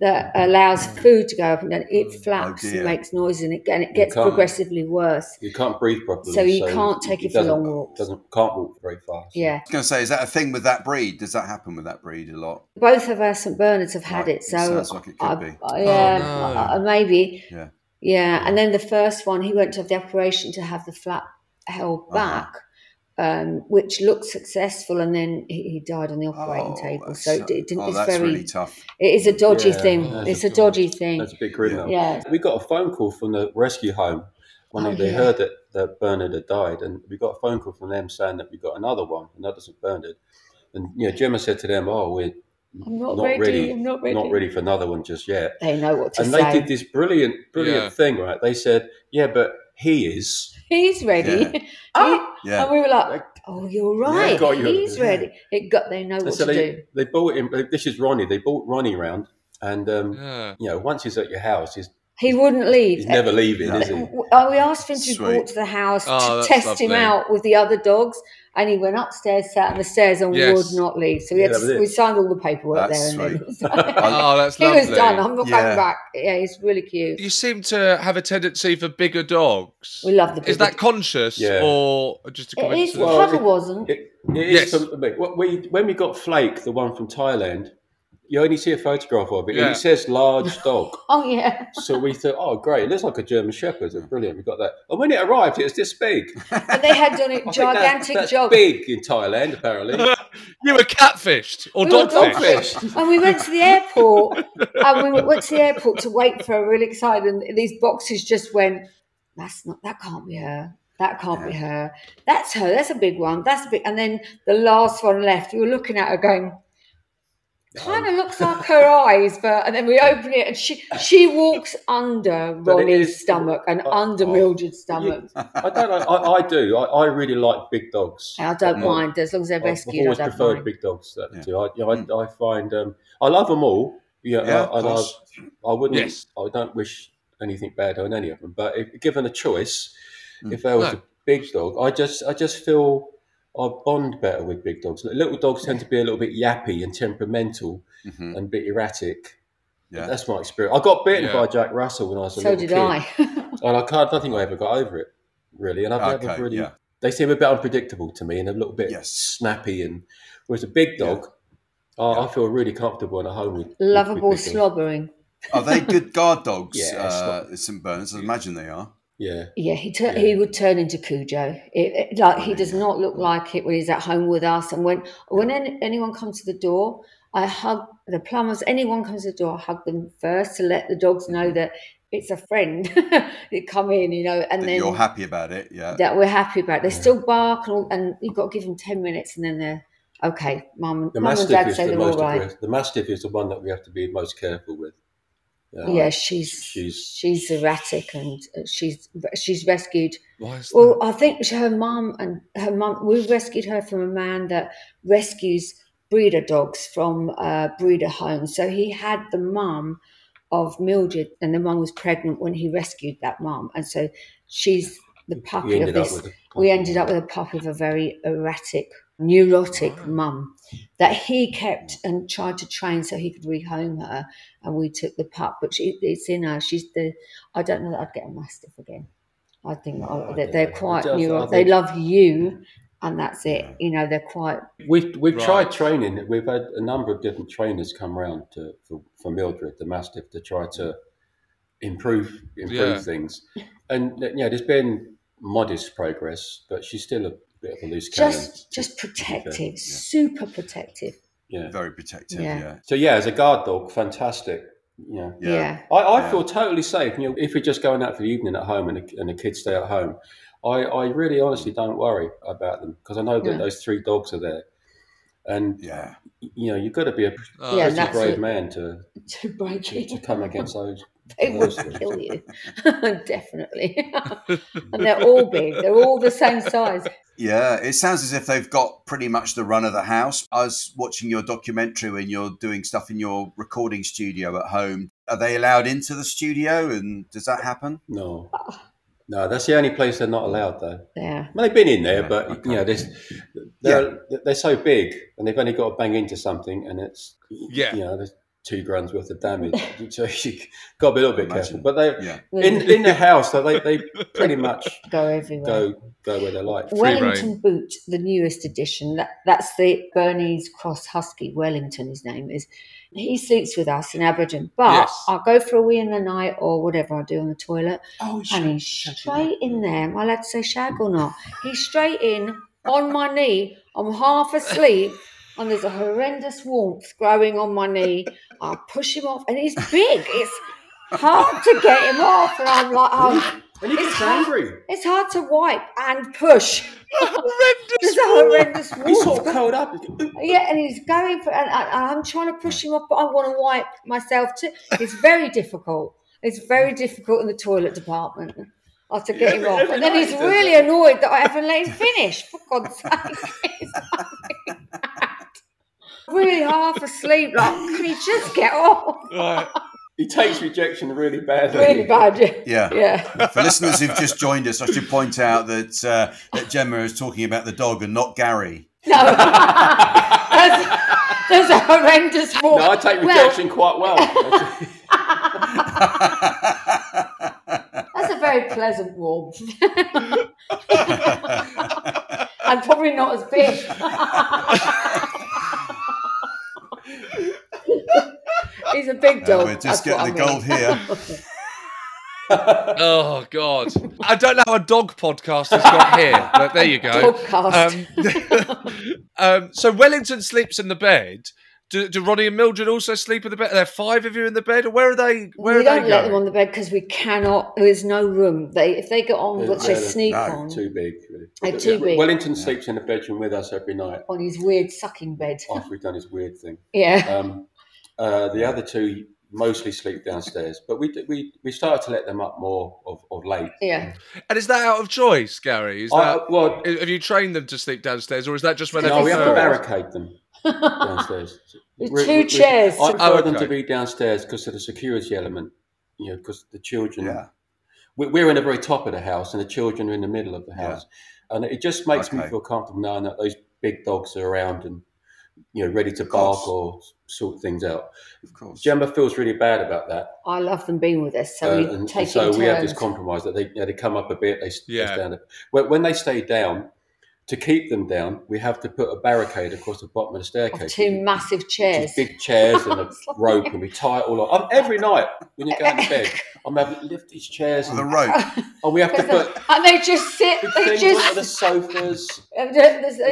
S4: That allows
S1: Mm.
S4: food to go up and down. It flaps
S1: dear.
S4: and makes noise, and it, and it gets
S5: can't.
S4: progressively worse.
S5: You can't breathe properly,
S4: So you can't take
S5: he
S4: it for
S5: doesn't-
S4: long walks.
S5: Doesn't can't walk very fast.
S4: Yeah.
S1: I was going to say, is that a thing with that breed? Does that happen with that breed a lot?
S4: both of our St Bernards have had
S1: Right,
S4: it,
S1: it
S4: so
S1: sounds like it could
S4: I-
S1: be.
S4: I- um, yeah,
S2: Oh, no.
S4: I- I- Uh, maybe,
S1: Yeah.
S4: yeah. And then the first one, he went to have the operation to have the flap held
S1: Uh-huh.
S4: back, um, which looked successful, and then he, he died on the operating table.
S1: Oh, that's-
S4: So it, it didn't.
S1: Oh,
S4: it's
S1: that's
S4: very.
S1: really tough.
S4: it is a dodgy
S5: Yeah,
S4: thing.
S5: that's
S4: It's
S5: a
S4: a dodgy thing.
S5: That's a big criminal.
S4: Yeah.
S5: We got a phone call from the rescue home when
S4: Oh,
S5: they
S4: yeah.
S5: heard that, that Bernard had died, and we got a phone call from them saying that we got another one, another St Bernard. And you know, Gemma said to them, "Oh, we're
S4: I'm not,
S5: not,
S4: ready.
S5: really,
S4: I'm not ready.
S5: for another one just yet."
S4: They know what to
S5: and
S4: say.
S5: they did this brilliant, brilliant
S2: Yeah.
S5: thing, right? They said, "Yeah, but he is."
S4: He's ready.
S1: Yeah.
S4: He-
S1: Yeah.
S4: And we were like, "Oh, you're right.
S5: got you.
S4: He's
S5: Yeah.
S4: ready." It got. They know
S5: And
S4: what
S5: so
S4: to
S5: they,
S4: do.
S5: they bought him. This is Ronnie. They bought Ronnie round, and um,
S2: Yeah.
S5: you know, once he's at your house, he's,
S4: He wouldn't leave.
S5: he's never leaving,
S1: No.
S5: is he?
S4: W- uh, we asked him to be
S1: Sweet.
S4: brought to the house
S2: Oh, that's
S4: to test him
S2: lovely.
S4: out with the other dogs, And he went upstairs, sat on the stairs, and
S2: Yes.
S4: would not leave. So we, had
S5: Yeah,
S4: to-
S5: that was it.
S4: we signed all the paperwork
S1: That's
S4: there. And
S1: sweet.
S4: then
S2: Oh, that's
S4: he
S2: lovely.
S4: was done. I'm not
S1: Yeah.
S4: going back. Yeah, he's really cute.
S2: You seem to have a tendency for bigger dogs.
S4: We love the.
S2: Is
S4: bigger-
S2: that conscious
S5: Yeah.
S2: or just a
S4: It is.
S2: coincidence?
S5: Well,
S4: Papa
S5: it-
S4: wasn't.
S5: It, it
S2: Yes.
S5: is something big. What we, when we got Flake, the one from Thailand, you only see a photograph of it, and
S2: Yeah.
S5: it says large dog.
S4: oh yeah.
S5: so we thought, oh, great, it looks like a German Shepherd. Oh, Brilliant, we got that. And when it arrived, it was this big.
S4: But they had done it
S5: I think that-
S4: gigantic
S5: Oh, that's
S4: job.
S5: big in Thailand, apparently.
S2: you were catfished or
S4: We were
S2: dogfished.
S4: dogfished. and we went to the airport and we went- went to the airport to wait for her really excited and these boxes just went that's not that can't be her that can't be her that's her that's a big one that's a big and then the last one left we were looking at her going kind of looks like her eyes but and then we open it and she she walks under
S5: But it
S4: ronnie's
S5: is-
S4: stomach and under mildred's stomach
S5: I don't know. I, I do. I, I really like big dogs.
S4: And i don't
S5: Um,
S4: mind as long as they're
S5: I've- I've
S4: rescued i
S5: always
S4: don't
S5: preferred
S4: mind
S5: big dogs that
S1: Yeah. Mm.
S5: do. I, you know, I, I find um, I love them all. Yeah,
S1: Yeah,
S5: and I, and I,
S1: nice.
S5: I wouldn't.
S2: Yes.
S5: I don't wish anything bad on any of them. But if, given a choice, if there was
S2: No.
S5: a big dog, I just I just feel I bond better with big dogs. Little dogs tend to be a little bit yappy and temperamental
S1: Mhm.
S5: and a bit erratic.
S1: Yeah.
S5: That's my experience. I got bitten
S2: Yeah.
S5: by Jack Russell when I was a
S4: so
S5: little
S4: did
S5: kid.
S4: i
S5: And I can't. I think I ever got over it, really. And I've
S1: Okay,
S5: never really.
S1: yeah.
S5: They seem a bit unpredictable to me and a little bit
S1: Yes.
S5: snappy. And whereas a big dog, I, I feel really comfortable in a home with with- with
S4: lovable
S5: big dogs.
S4: slobbering
S1: Are they good guard dogs?
S5: Yeah,
S1: uh, St Bernards. I imagine they are.
S5: Yeah,
S4: Yeah, he tur- he would turn into Cujo. It, it- like he does not look like it when he's at home with us. And when when any, anyone comes to the door, I hug the plumbers. Anyone comes to the door, I hug them first to let the dogs know that it's a friend. they come in, you know, and
S1: That
S4: then
S1: you're happy about it. Yeah.
S4: that we're happy about. They still bark, and, all, and you've got to give them ten minutes, and then they're okay. Mum,
S5: the
S4: mum and
S5: mastiff
S4: dad
S5: is
S4: say
S5: the
S4: they're all
S5: most.
S4: right.
S5: aggressive- The mastiff is the one that we have to be most careful with.
S4: Yeah, she's she's
S5: she's-
S4: she's erratic, and uh, she's she's rescued.
S2: Why is that?
S4: Well, I think her mum and her mum, we rescued her from a man that rescues breeder dogs from uh, breeder homes. So he had the mum of Mildred, and the mum was pregnant when he rescued that mum. And so she's the
S5: We
S4: puppy of
S5: ended up
S4: this.
S5: with a
S4: we
S5: puppy.
S4: ended up with a puppy of a very erratic, neurotic
S5: Ah.
S4: mum that he kept and tried to train so he could rehome her. And we took the pup, but she, it's in her. She's the, I don't know that I'd get a mastiff again. I think I, they're, they're
S5: I
S4: quite
S5: just- I
S4: neurotic.
S5: think-
S4: They love you, and that's it. You know, they're quite
S5: We've we've
S2: Right.
S5: tried training. We've had a number of different trainers come round to for, for Mildred the Mastiff to try to improve improve
S2: Yeah.
S5: things, and yeah, there's been modest progress, but she's still a bit of a loose cannon.
S4: just just protective,
S5: fair,
S4: super protective.
S5: yeah.
S1: Very protective.
S4: Yeah.
S1: Yeah.
S5: So yeah, as a guard dog, fantastic. Yeah.
S4: Yeah.
S5: I, I
S1: Yeah.
S5: feel totally safe. You know, if we're just going out for the evening at home and the, and the kids stay at home, I, I really honestly don't worry about them because I know that
S4: Yeah.
S5: those three dogs are there, and
S1: Yeah.
S5: you know you've got to be a
S2: Oh,
S4: Yeah,
S5: pretty
S4: that's
S5: brave
S4: it.
S5: man to
S4: to break
S5: to, to
S4: it.
S5: come against those.
S4: They would kill you, definitely. and they're all big. They're all the same size.
S1: Yeah, it sounds as if they've got pretty much the run of the house. I was watching your documentary when you're doing stuff in your recording studio at home. Are they allowed into the studio and does that happen?
S5: No, no, that's the only place they're not allowed though.
S4: Yeah.
S5: Well, they've been in there,
S1: Yeah,
S5: but
S1: okay.
S5: you know, there's, they're they're so big and they've only got to bang into something, and it's
S2: Yeah.
S5: you know, there's two grand's worth of damage. so you got to be a little bit careful.
S1: Imagine.
S5: But they
S1: Yeah.
S5: in
S4: Mm.
S5: in the house, they they pretty much
S4: Go everywhere.
S5: go go where they like.
S4: Wellington Boot, the newest edition. That, that's the Bernese Cross Husky. Wellington, his name is. He sleeps with us in Aberdeen, but
S2: Yes.
S4: I'll go for a wee in the night or whatever I do on the toilet.
S1: Oh,
S4: And he's straight in there. Am I allowed to say shag or not? He's straight in on my knee. I'm half asleep. And there's a horrendous warmth growing on my knee. I push him off, and he's big. It's hard to get him off. And I'm like, oh,
S5: And he
S4: It's
S5: gets
S4: hard.
S5: angry.
S4: it's hard to wipe and push. There's
S2: horrendous.
S4: a horrendous
S5: He's sort
S4: warmth.
S5: of curled up.
S4: Yeah, and he's going for, and, I, and I'm trying to push him off, but I want to wipe myself too. It's very difficult. It's very difficult in the toilet department. I have to get him off, and then he's really annoyed that I haven't let him finish. For God's sake, It's like that. really half asleep, like can he just get off?
S2: Right.
S5: He takes rejection really badly.
S4: Really bad.
S1: Yeah.
S4: Yeah.
S1: For listeners who've just joined us, I should point out that, uh, that Gemma is talking about the dog and not Gary.
S4: No. That's- there's a horrendous walk.
S5: No, I take rejection quite well.
S4: Well, that's a very pleasant walk. and probably not as big. He's a big
S1: Uh,
S4: dog.
S1: we're just
S4: that's
S1: getting
S4: what
S1: the
S4: I
S1: gold
S4: mean.
S1: here.
S2: Oh God, I don't know how a dog podcast has got here, but there you go.
S1: Um,
S4: Dogcast.
S2: Um, um, so Wellington sleeps in the bed. Do, do Ronnie and Mildred also sleep in the bed? Are there five of you in the bed, or where are they? Where
S4: we
S2: are
S4: don't
S2: they
S4: let
S2: going?
S4: them on the bed because we cannot. There's no room. They if they get on,
S5: Yeah,
S4: which
S5: yeah,
S4: they
S5: they're-
S4: sneak
S1: no,
S4: on
S5: Too big. Really.
S4: They're too big.
S5: Wellington sleeps in a bedroom with us every night
S4: on his weird sucking bed.
S5: after we've done his weird thing.
S4: Yeah,
S5: Um, uh, the other two mostly sleep downstairs, but we we we started to let them up more of, of late.
S4: yeah.
S2: and is that out of choice, Gary? Is that,
S5: I- well,
S2: have you trained them to sleep downstairs, or is that just where
S4: No,
S2: they're?
S5: no, we have to
S4: prefer-
S5: barricade them downstairs.
S4: With
S5: We-
S4: two
S5: we- we-
S4: chairs.
S5: I prefer
S2: Oh,
S5: them to
S2: okay.
S5: be downstairs because of the security element. You know, because the children.
S1: Yeah.
S5: we- We're in the very top of the house, and the children are in the middle of the
S1: Yeah.
S5: house, and it just makes me
S1: Okay.
S5: feel comfortable knowing that those big dogs are around and you know ready to
S1: course.
S5: bark or sort things out.
S1: Of course.
S5: Gemma feels really bad about that.
S4: I love them being with us, so
S5: Uh,
S4: we
S5: and,
S4: take
S5: and so
S4: it in
S5: we have this
S4: turns.
S5: compromise that they, you know, they come up a bit, they, s- they
S2: Yeah.
S5: stand up. When, when they stay down, to keep them down, we have to put a barricade across the bottom of the
S4: of
S5: staircase.
S4: two massive
S5: Which
S4: chairs.
S5: is big chairs and a
S4: It's like-
S5: rope, and we tie it all on. i every night when you go to bed, I'm having to lift these chairs,
S1: The
S5: and,
S1: rope.
S5: and we have to put
S4: and they just sit.
S5: big
S4: They
S5: things under the
S4: just.
S5: sofas.
S4: And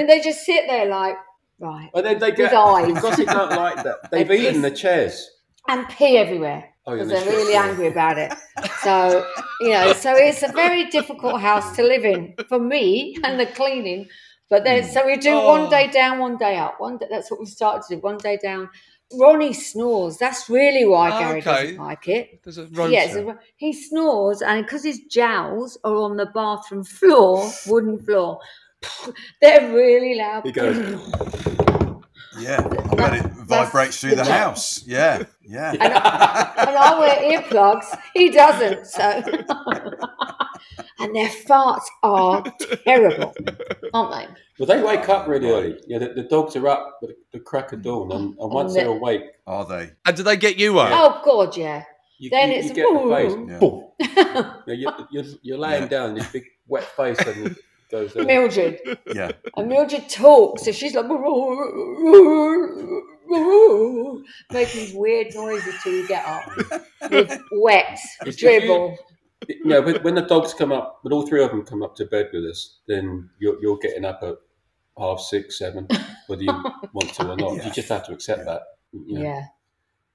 S4: they just sit there like right
S5: And then they
S4: With
S5: get
S4: eyes.
S5: because they don't like that. They've
S4: They
S5: eaten
S4: piss.
S5: the chairs.
S4: and pee everywhere
S5: Oh, yeah,
S4: because
S5: they
S4: they're really
S5: shit.
S4: angry about it. So you know, so it's a very difficult house to live in for me and the cleaning. But then, so we do
S2: Oh.
S4: one day down, one day up. One day, that's what we started to do. One day down. Ronnie snores. That's really why Gary
S2: Okay.
S4: doesn't like it.
S2: There's a rotor.
S4: Yes, he snores, and because his jowls are on the bathroom floor, wooden floor, they're really loud.
S5: He goes.
S1: Yeah, I bet it vibrates through the house. Yeah, yeah.
S4: and, I, and I wear earplugs. He doesn't. So, and their farts are terrible, aren't
S5: Well, they wake up really early. Yeah, the, the dogs are up at the crack
S4: Mm.
S5: of dawn, and, and once
S4: they-
S5: they're awake,
S1: Are they?
S2: And do they get you
S4: they?
S2: up?
S4: Oh God, yeah.
S5: you,
S4: Then
S5: you,
S4: it's
S5: you get the face.
S4: "Woo."
S1: Yeah.
S5: Boom. Yeah, you, you're, you're laying
S1: Yeah.
S5: down in this big wet face and it goes. uh,
S4: Mildred,
S1: Yeah.
S4: and Mildred talks, so she's like making these weird noises till you get up with wet
S5: If you-
S4: dribble.
S5: you know, when, when the dogs come up, when all three of them come up to bed with us, then you're, you're getting up at half six, seven, whether you want to or not.
S1: Yeah.
S5: You just have to accept
S1: Yeah.
S5: that. you know.
S4: Yeah,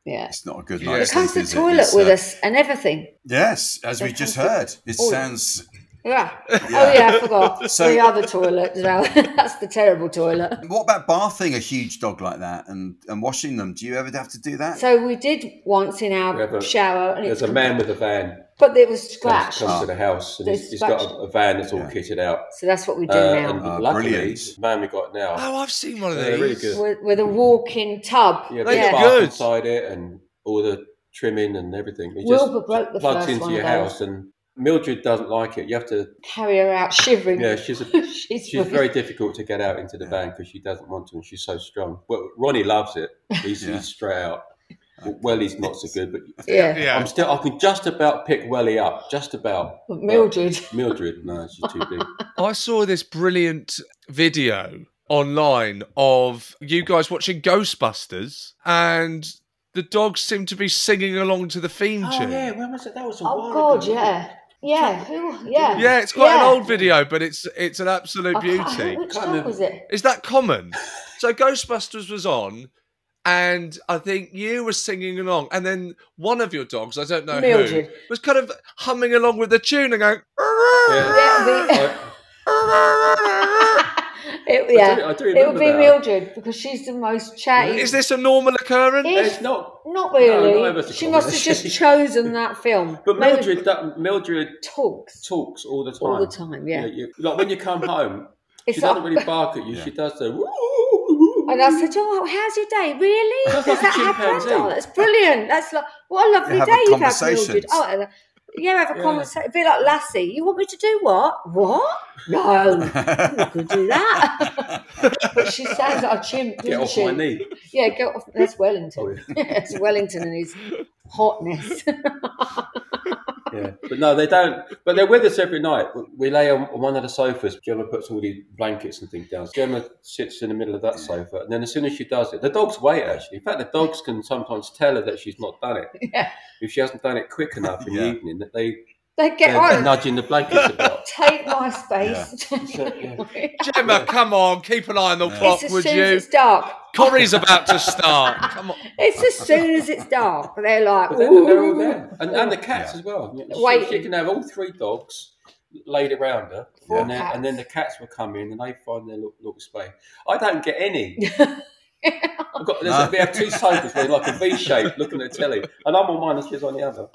S4: yeah.
S1: It's not a good
S2: Yeah.
S1: night's
S4: It comes
S1: sleep,
S4: to
S1: is it?
S4: toilet
S1: It's,
S4: with
S1: uh,
S4: us and everything.
S1: Yes, as we
S4: It
S1: just
S4: comes to-
S1: heard. It
S4: Oh, yeah.
S1: sounds.
S4: Yeah. Oh
S1: Yeah.
S4: yeah, I forgot
S1: So-
S4: the other toilet as well. That's the terrible toilet.
S1: What about bathing a huge dog like that and, and washing them? Do you ever have to do that?
S4: So we did once in our
S5: We have a-
S4: shower, and it's
S5: There's a man with a van
S4: but it was
S5: comes,
S4: scratched.
S5: comes to the house, and
S4: They
S5: he's, he's got a,
S4: scratched.
S5: a van that's all
S1: Yeah.
S5: kitted out.
S4: So that's what we do
S5: Uh, and
S4: now
S1: Ah,
S5: luckily,
S1: brilliant.
S5: the van we got now.
S2: Oh, I've seen one of
S5: They're
S2: these.
S5: really good.
S4: with, with a walk-in tub.
S5: Yeah,
S2: They
S5: big
S2: look
S5: bath
S2: good.
S5: inside it and all the trimming and everything. It
S4: Wilbur broke the
S5: plugs
S4: first
S5: into
S4: one
S5: your
S4: of those.
S5: house and Mildred doesn't like it. You have to.
S4: carry her out shivering.
S5: Yeah, she's a,
S4: she's,
S5: she's very difficult to get out into the van because she doesn't want to and she's so strong. Well, Ronnie loves it. He's,
S1: Yeah.
S5: he's straight out. Well, he's not so good, but
S4: yeah.
S2: Yeah.
S5: I'm still. I can just about pick Welly up. Just about.
S4: But Mildred,
S5: Mildred, no, she's too big.
S2: I saw this brilliant video online of you guys watching Ghostbusters, and the dogs seem to be singing along to the theme
S5: oh
S2: tune.
S5: yeah, when was it? That was a
S4: oh
S5: while
S4: god,
S5: ago.
S4: yeah, yeah, who, yeah,
S2: Yeah, it's quite
S4: Yeah.
S2: an old video, but it's it's an absolute
S4: I can't-
S2: beauty.
S4: Which
S5: Can't
S4: dog
S5: remember.
S4: was it?
S2: Is that common? so Ghostbusters was on, and I think you were singing along, and then one of your dogs, I don't know
S4: Mildred.
S2: who, was kind of humming along with the tune and going.
S4: Yeah, we-
S5: I,
S4: it
S5: I do-
S4: yeah.
S5: I do
S4: It would
S5: remember
S4: be
S5: that.
S4: Mildred because she's the most chatty.
S2: Is this a normal occurrence?
S4: If-
S5: It's not.
S4: not
S5: No,
S4: really.
S5: not ever
S4: she must have just chosen that film.
S5: But
S4: Maybe
S5: Mildred, that, Mildred
S4: talks
S5: talks all the time.
S4: all the time. Yeah,
S5: You know, you- like when you come home,
S4: It's
S5: she doesn't
S4: like-
S5: really bark at you.
S1: Yeah.
S5: She does the.
S4: And I said, "Oh, how's your day? Really? Has
S5: Sounds like
S4: that
S5: a
S4: happened?
S5: chimpanzee.
S4: Oh, that's brilliant. That's like what a lovely
S1: You're
S4: day
S1: having
S4: you've had, Mildred.
S1: conversations.
S4: Oh, and, uh, yeah, have a
S5: Yeah.
S4: conversation. Be like Lassie. You want me to do what? What? No, I'm not going to do that. but she sounds like a chimp, doesn't
S5: Get off
S4: she?
S5: my knee.
S4: Yeah, go off. That's
S5: Oh,
S4: Wellington.
S5: yeah.
S4: That's Wellington and his hotness.
S5: Yeah, but no, they don't. But they're with us every night. We lay on on one of the sofas. Gemma puts all these blankets and things down. Gemma sits in the middle of that sofa, and then as soon as she does it, the dogs wait. Actually, in fact, the dogs can sometimes tell her that she's not done it
S4: Yeah.
S5: if she hasn't done it quick enough in
S1: Yeah.
S5: the evening. That they
S4: they get
S5: they're
S4: on.
S5: nudging the blankets about.
S4: Take my space.
S2: Gemma, come on, keep an eye on the clock,
S4: It's as
S2: would
S4: soon
S2: you?
S4: as it's dark.
S2: Corrie's about to start. Come on.
S4: It's as soon as it's dark. They're like,
S5: But then they're all
S4: "Ooh."
S5: there, and, and the cats as well. She, she
S4: Waiting.
S5: can have all three dogs laid around her,
S1: Yeah.
S5: and, then, and then the cats will come in and they find their little, little space. I don't get any. I've got, there's,
S1: No.
S5: We have two sofas, we're like a V shape, looking at telly, and I'm on one and she's on the other.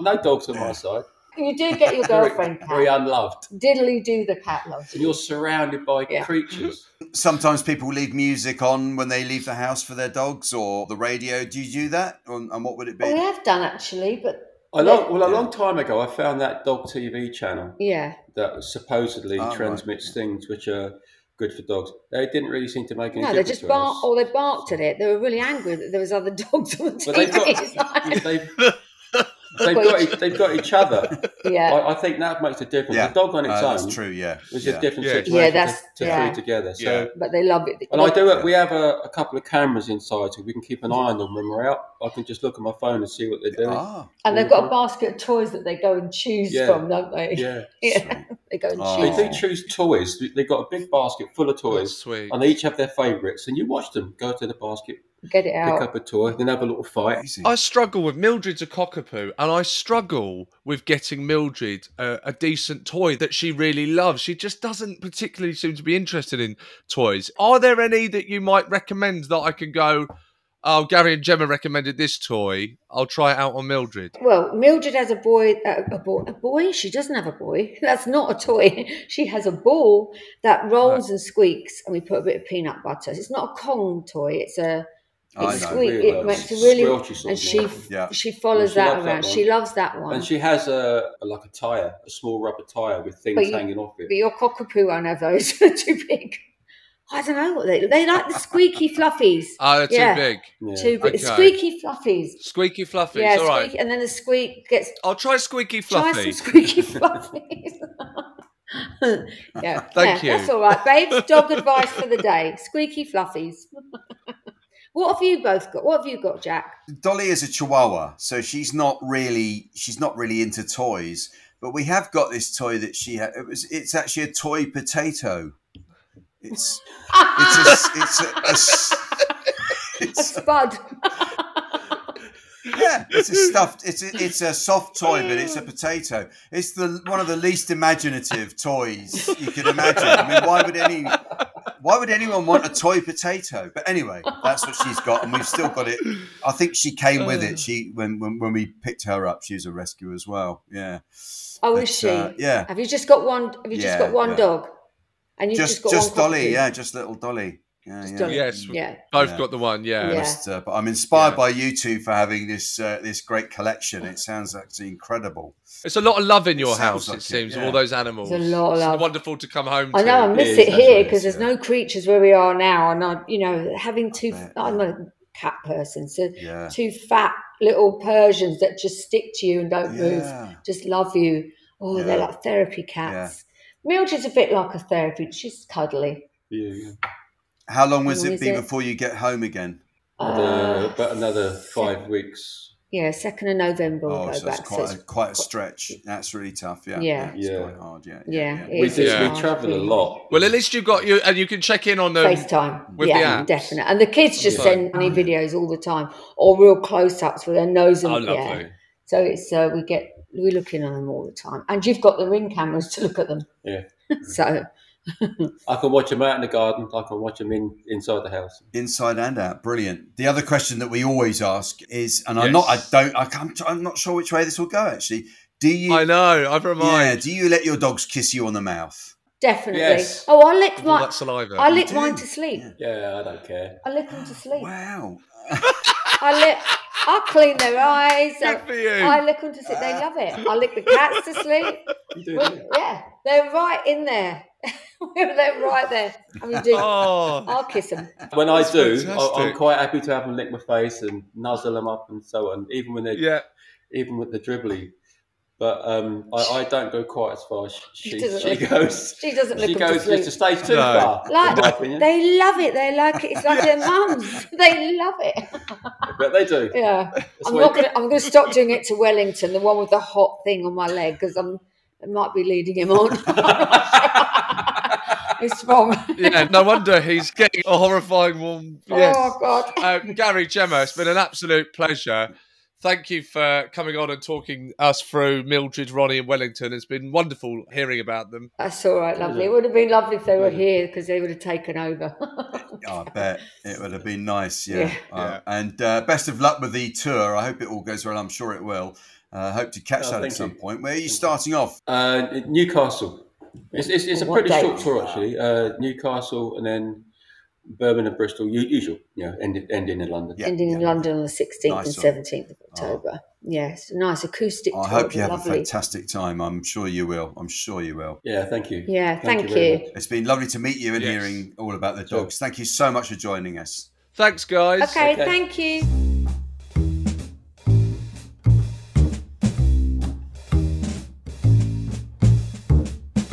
S5: No dogs on my side.
S4: You do get your
S5: Very-
S4: girlfriend
S5: Very
S4: cat.
S5: unloved,
S4: Diddly do the cat loves
S5: and you're surrounded by
S4: Yeah.
S5: creatures.
S1: Sometimes people leave music on when they leave the house for their dogs or the radio. Do you do that? And, and what would it be?
S4: We have done actually, but
S5: A long, well, a long time ago, I found that dog TV channel.
S4: yeah.
S5: that supposedly
S1: Oh, right.
S5: transmits things which are good for dogs. They didn't really seem to make any
S4: No, they
S5: difference.
S4: just
S5: to
S4: barked
S5: us.
S4: or they barked at it. They were really angry that there was other dogs on the
S5: But they've
S4: TV. It's
S5: got,
S4: like-
S5: they've, they've, got, each- they've got each other.
S4: yeah,
S5: I, I think that makes a difference.
S1: Yeah,
S5: The dog on its
S1: Uh,
S5: own
S1: that's true. Yeah,
S5: was
S1: yeah.
S5: a different
S2: Yeah.
S5: situation
S4: Yeah,
S5: to-
S4: that's-
S5: to
S4: yeah.
S5: three together. So,
S2: Yeah.
S4: but they love it.
S5: And I do it. We have a, a couple of cameras inside, so we can keep an eye on them when we're out. I can just look at my phone and see what they're doing.
S1: Ah,
S4: and they've got a basket of toys that they go and choose
S5: Yeah.
S4: from, don't they?
S5: Yeah,
S4: Yeah. they go and
S1: Oh.
S5: they
S4: choose.
S5: do choose toys. They- They've got a big basket full of
S2: That's
S5: toys,
S2: Oh, sweet.
S5: and they each have their favourites. And you watch them go to the basket,
S4: Get it
S5: pick
S4: out.
S5: up a toy, then have a little fight.
S1: amazing.
S2: I struggle with Mildred's a cockapoo, and I struggle with getting Mildred a, a decent toy that she really loves. She just doesn't particularly seem to be interested in toys. Are there any that you might recommend that I can go? Oh, Gary and Gemma recommended this toy. I'll try it out on Mildred.
S4: Well, Mildred has a boy, uh, a, a boy, a boy. She doesn't have a boy. That's not a toy. She has a ball that rolls and squeaks, and we put a bit of peanut butter. It's not a Kong toy. It's a
S1: I
S4: Oh, it's
S1: know.
S4: squeak.
S5: Really
S4: It
S5: loves
S4: makes a
S5: it.
S4: really,
S5: Squelchy sort
S4: and
S5: of
S4: she
S5: noise.
S1: Yeah.
S4: she follows
S5: She
S4: that
S5: loves
S4: around.
S5: that
S4: she
S5: one.
S4: loves that one.
S5: And she has a, a- like a tire, a small rubber tire with things
S4: But you-
S5: hanging off
S4: but
S5: it.
S4: your cockapoo won't have those. They're too big. I don't know what they they like the squeaky fluffies.
S2: Oh, they're
S4: Yeah.
S2: too big.
S5: Yeah.
S4: too big.
S2: okay.
S4: Squeaky fluffies.
S2: Squeaky fluffies.
S4: Yeah,
S2: All right.
S4: squeak, and then the squeak gets
S2: I'll try squeaky
S4: Try some
S2: fluffy.
S4: squeaky fluffies. yeah.
S2: Thank
S4: Yeah,
S2: you.
S4: That's all right, babes. Dog advice for the day: squeaky fluffies. what have you both got? What have you got, Jack?
S1: Dolly is a chihuahua, so she's not really she's not really into toys. But we have got this toy that she had. It was it's actually a toy potato. It's it's a, s- it's a, a s-
S4: A
S1: it's,
S4: spud.
S1: yeah, it's a stuffed. It's a, it's a soft toy, but
S4: Oh.
S1: it's a potato. It's the one of the least imaginative toys you can imagine. I mean, why would any why would anyone want a toy potato? But anyway, that's what she's got, and we've still got it. I think she came with it. She when when, when we picked her up, she was a rescue as well. Yeah.
S4: Oh,
S1: But,
S4: is she?
S1: uh, yeah.
S4: Have you just got one? Have you just
S1: Yeah,
S4: got one
S1: yeah.
S4: dog? And you've just,
S1: Just
S4: got
S1: just,
S4: one
S1: Dolly,
S4: cockapoo?
S1: yeah, just little Dolly. Yeah,
S4: Just
S1: yeah.
S4: Dolly.
S2: Yes.
S4: Yeah.
S2: Both
S1: Yeah.
S2: got the one. Yeah.
S4: Yeah.
S1: Just, uh, but I'm inspired
S2: Yeah.
S1: by you two for having this uh, this great collection. It sounds actually incredible.
S2: It's a lot of love in your
S1: sounds
S2: house,
S1: like
S2: it
S1: it,
S2: seems, of
S1: yeah.
S2: all those animals.
S4: There's a lot of love.
S2: It's wonderful to come home to.
S4: I know I miss
S5: is,
S4: it,
S5: that's
S4: here
S5: what it
S4: because
S5: is,
S4: there's
S5: yeah.
S4: no creatures where we are now, and I, you know, having two.
S1: bet,
S4: I'm
S1: yeah.
S4: not a cat person, so
S1: Yeah.
S4: two fat little Persians that just stick to you and don't
S1: Yeah.
S4: move, just love you. Oh, they're
S1: Yeah.
S4: like therapy cats. Mildred's a bit like a therapy. She's cuddly.
S5: Yeah, yeah.
S1: How long was
S4: How long
S1: it
S4: is
S1: be
S4: it?
S1: before you get home again?
S4: Uh,
S5: Another- about another five weeks.
S4: Yeah, second of November we'll
S1: Oh,
S4: go
S1: so
S4: back.
S1: it's
S4: So
S1: quite a,
S4: it's-
S1: quite a stretch. That's really tough. Yeah,
S4: Yeah.
S1: it's
S5: Yeah.
S1: quite hard. Yeah,
S4: yeah, it
S5: We,
S4: is.
S5: do,
S4: It's
S2: Yeah.
S4: hard.
S5: we travel a lot.
S2: Well, at least you got you, and you can check in on them.
S1: Um,
S4: FaceTime.
S2: with the
S4: yeah,
S2: apps. Oh,
S4: definite. And the kids just
S2: Yeah.
S4: send funny videos all the time or real close ups with their nose and
S2: Oh,
S4: yeah.
S2: lovely.
S4: So it's uh, we get we look in on them all the time. And you've got the ring cameras to look at them.
S5: Yeah.
S4: so
S5: I can watch them out in the garden. I can watch them in inside the house.
S1: Inside and out, brilliant. The other question that we always ask is, and I'm
S2: Yes.
S1: not, I don't, I can't, I'm not sure which way this will go. Actually, do you?
S2: I know. I've reminded.
S1: yeah, do you let your dogs kiss you on the mouth?
S4: Definitely.
S5: Yes.
S4: Oh, I lick
S2: all
S4: my.
S2: that saliva.
S4: I lick
S1: do.
S4: mine to sleep.
S5: Yeah, I don't care.
S4: I lick them to sleep.
S1: Wow.
S4: I lick. I clean their eyes.
S2: Good for you.
S4: I lick them to sleep. They love it. I lick the cats to sleep.
S5: You do.
S4: We- yeah, they're right in there. they're right there. I mean, do.
S2: Oh,
S4: I'll kiss them.
S5: When I
S2: That's
S5: do, I, I'm
S2: fantastic.
S5: quite happy to have them lick my face and nuzzle them up and so on. Even when they,
S2: yeah.
S5: even with the dribbly. But um, I, I don't go quite as far as she,
S4: She doesn't
S5: she
S4: lick-
S5: goes.
S4: She doesn't lick
S5: She
S4: them
S5: goes
S4: to
S5: just a
S4: sleep.
S5: stage too
S2: No.
S5: far.
S4: Like-
S5: in my opinion.
S4: They love it. They like it. It's like their mums. They love it.
S5: but they do.
S4: Yeah.
S5: It's
S4: I'm
S5: weird.
S4: not gonna. I'm gonna stop doing it to Wellington, the one with the hot thing on my leg, because I'm. I might be leading him on. it's wrong.
S2: Yeah, no wonder he's getting a horrifying warm. Yes.
S4: Oh God.
S2: uh, Gary Gemma, it's been an absolute pleasure. Thank you for coming on and talking us through Mildred, Ronnie, and Wellington. It's been wonderful hearing about them.
S4: That's all right, lovely. It would have been lovely if they were here because they would have taken over.
S1: I bet it would have been nice. Yeah.
S4: Yeah.
S1: Uh, and uh, best of luck with the tour. I hope it all goes well. I'm sure it will. Uh, hope to catch
S5: Oh,
S1: that at
S5: thank
S1: some
S5: you.
S1: point. Where are you starting off?
S5: Uh, Newcastle. It's, it's, it's a
S4: What
S5: pretty
S4: date?
S5: short tour actually. Uh, Newcastle and then Birmingham, Bristol, u- usual. Yeah, ending ending in London.
S1: Yeah.
S4: Ending in London on the 16th
S1: Nice one.
S4: and 17th of October. Yes, nice acoustic.
S1: I
S4: tour,
S1: hope you have
S4: lovely.
S1: a fantastic time. I'm sure you will. I'm sure you will.
S5: Yeah, thank you.
S4: Yeah, thank
S5: very
S4: you.
S5: much.
S1: It's been lovely to meet you and
S2: Yes.
S1: hearing all about the
S5: Sure.
S1: dogs. Thank you so much for joining us.
S2: Thanks, guys.
S4: Okay,
S5: Okay.
S4: thank you.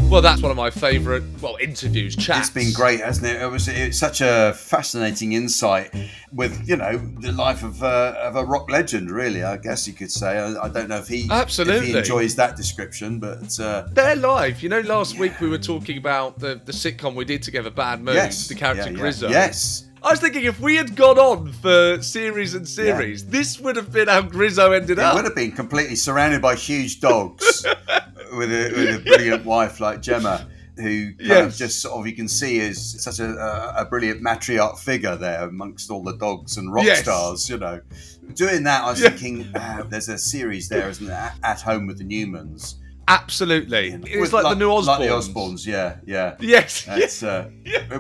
S2: Well, that's one of my favourite, well, interviews, chats.
S1: It's been great, hasn't it? It was it's such a fascinating insight with you know the life of uh, of a rock legend, really. I guess you could say. I, I don't know if he if
S2: Absolutely.
S1: he enjoys that description, but uh,
S2: They're live. You know, last week we were talking about the, the sitcom we did together, Bad Mood,
S1: yes,
S2: the character
S1: yeah, yeah.
S2: Grizzo.
S1: Yes,
S2: I was thinking if we had gone on for series and series, this would have been how Grizzo ended
S1: it
S2: up.
S1: would have been completely surrounded by huge dogs with a with a brilliant wife like Gemma. Who kind of
S2: Yes.
S1: just sort of you can see is such a, a, a brilliant matriarch figure there amongst all the dogs and rock
S2: Yes.
S1: stars, you know. Doing that, I was
S2: Yeah.
S1: thinking uh, there's a series there, isn't there? At, at home with the Newmans,
S2: Absolutely.
S1: With-
S2: It's like, the new Osbournes.
S1: Like the Osbournes, yeah, yeah.
S2: Yes.
S1: That's, uh,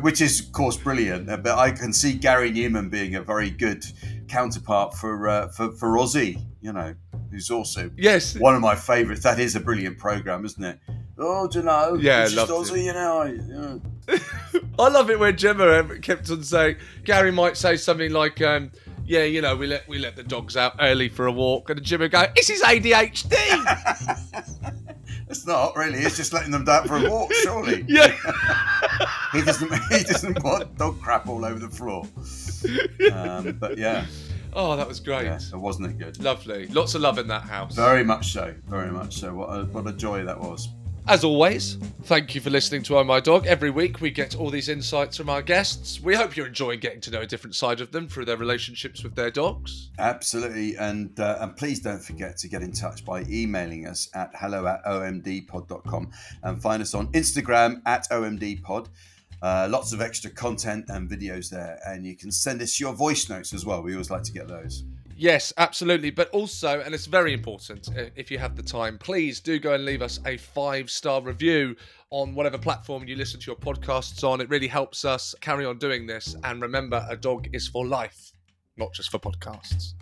S1: Which is, of course, brilliant. uh, But I can see Gary Newman being a very good counterpart for uh, for, for Ozzy, you know, who's also
S2: Yes.
S1: one of my favourites. That is a brilliant programme, isn't it? Oh, do you know?
S2: Yeah,
S1: it's just
S2: loved it.
S1: Ozzy, you know. I, uh,
S2: I love it when Gemma um, kept on saying Gary might say something like, um, "Yeah, you know, we let we let the dogs out early for a walk," and Gemma would go, "This is ADHD."
S1: it's not really. It's just letting them down for a walk. Surely
S2: yeah,
S1: he doesn't. He doesn't want dog crap all over the floor. Um, but yeah,
S2: oh, that was great,
S1: yeah, so wasn't it good?
S2: lovely, lots of love in that house.
S1: Very much so. Very much so. What a, what a joy that was.
S2: As always, thank you for listening to Oh My Dog. Every week we get all these insights from our guests. We hope you're enjoying getting to know a different side of them through their relationships with their dogs.
S1: Absolutely. And uh, and please don't forget to get in touch by emailing us at hello at omdpod.com and find us on Instagram at omdpod. Uh, lots of extra content and videos there. And you can send us your voice notes as well. We always like to get those.
S2: Yes, absolutely. But also, and it's very important, i- if you have the time, please do go and leave us a five star review on whatever platform you listen to your podcasts on. It really helps us carry on doing this. And remember, a dog is for life, not just for podcasts.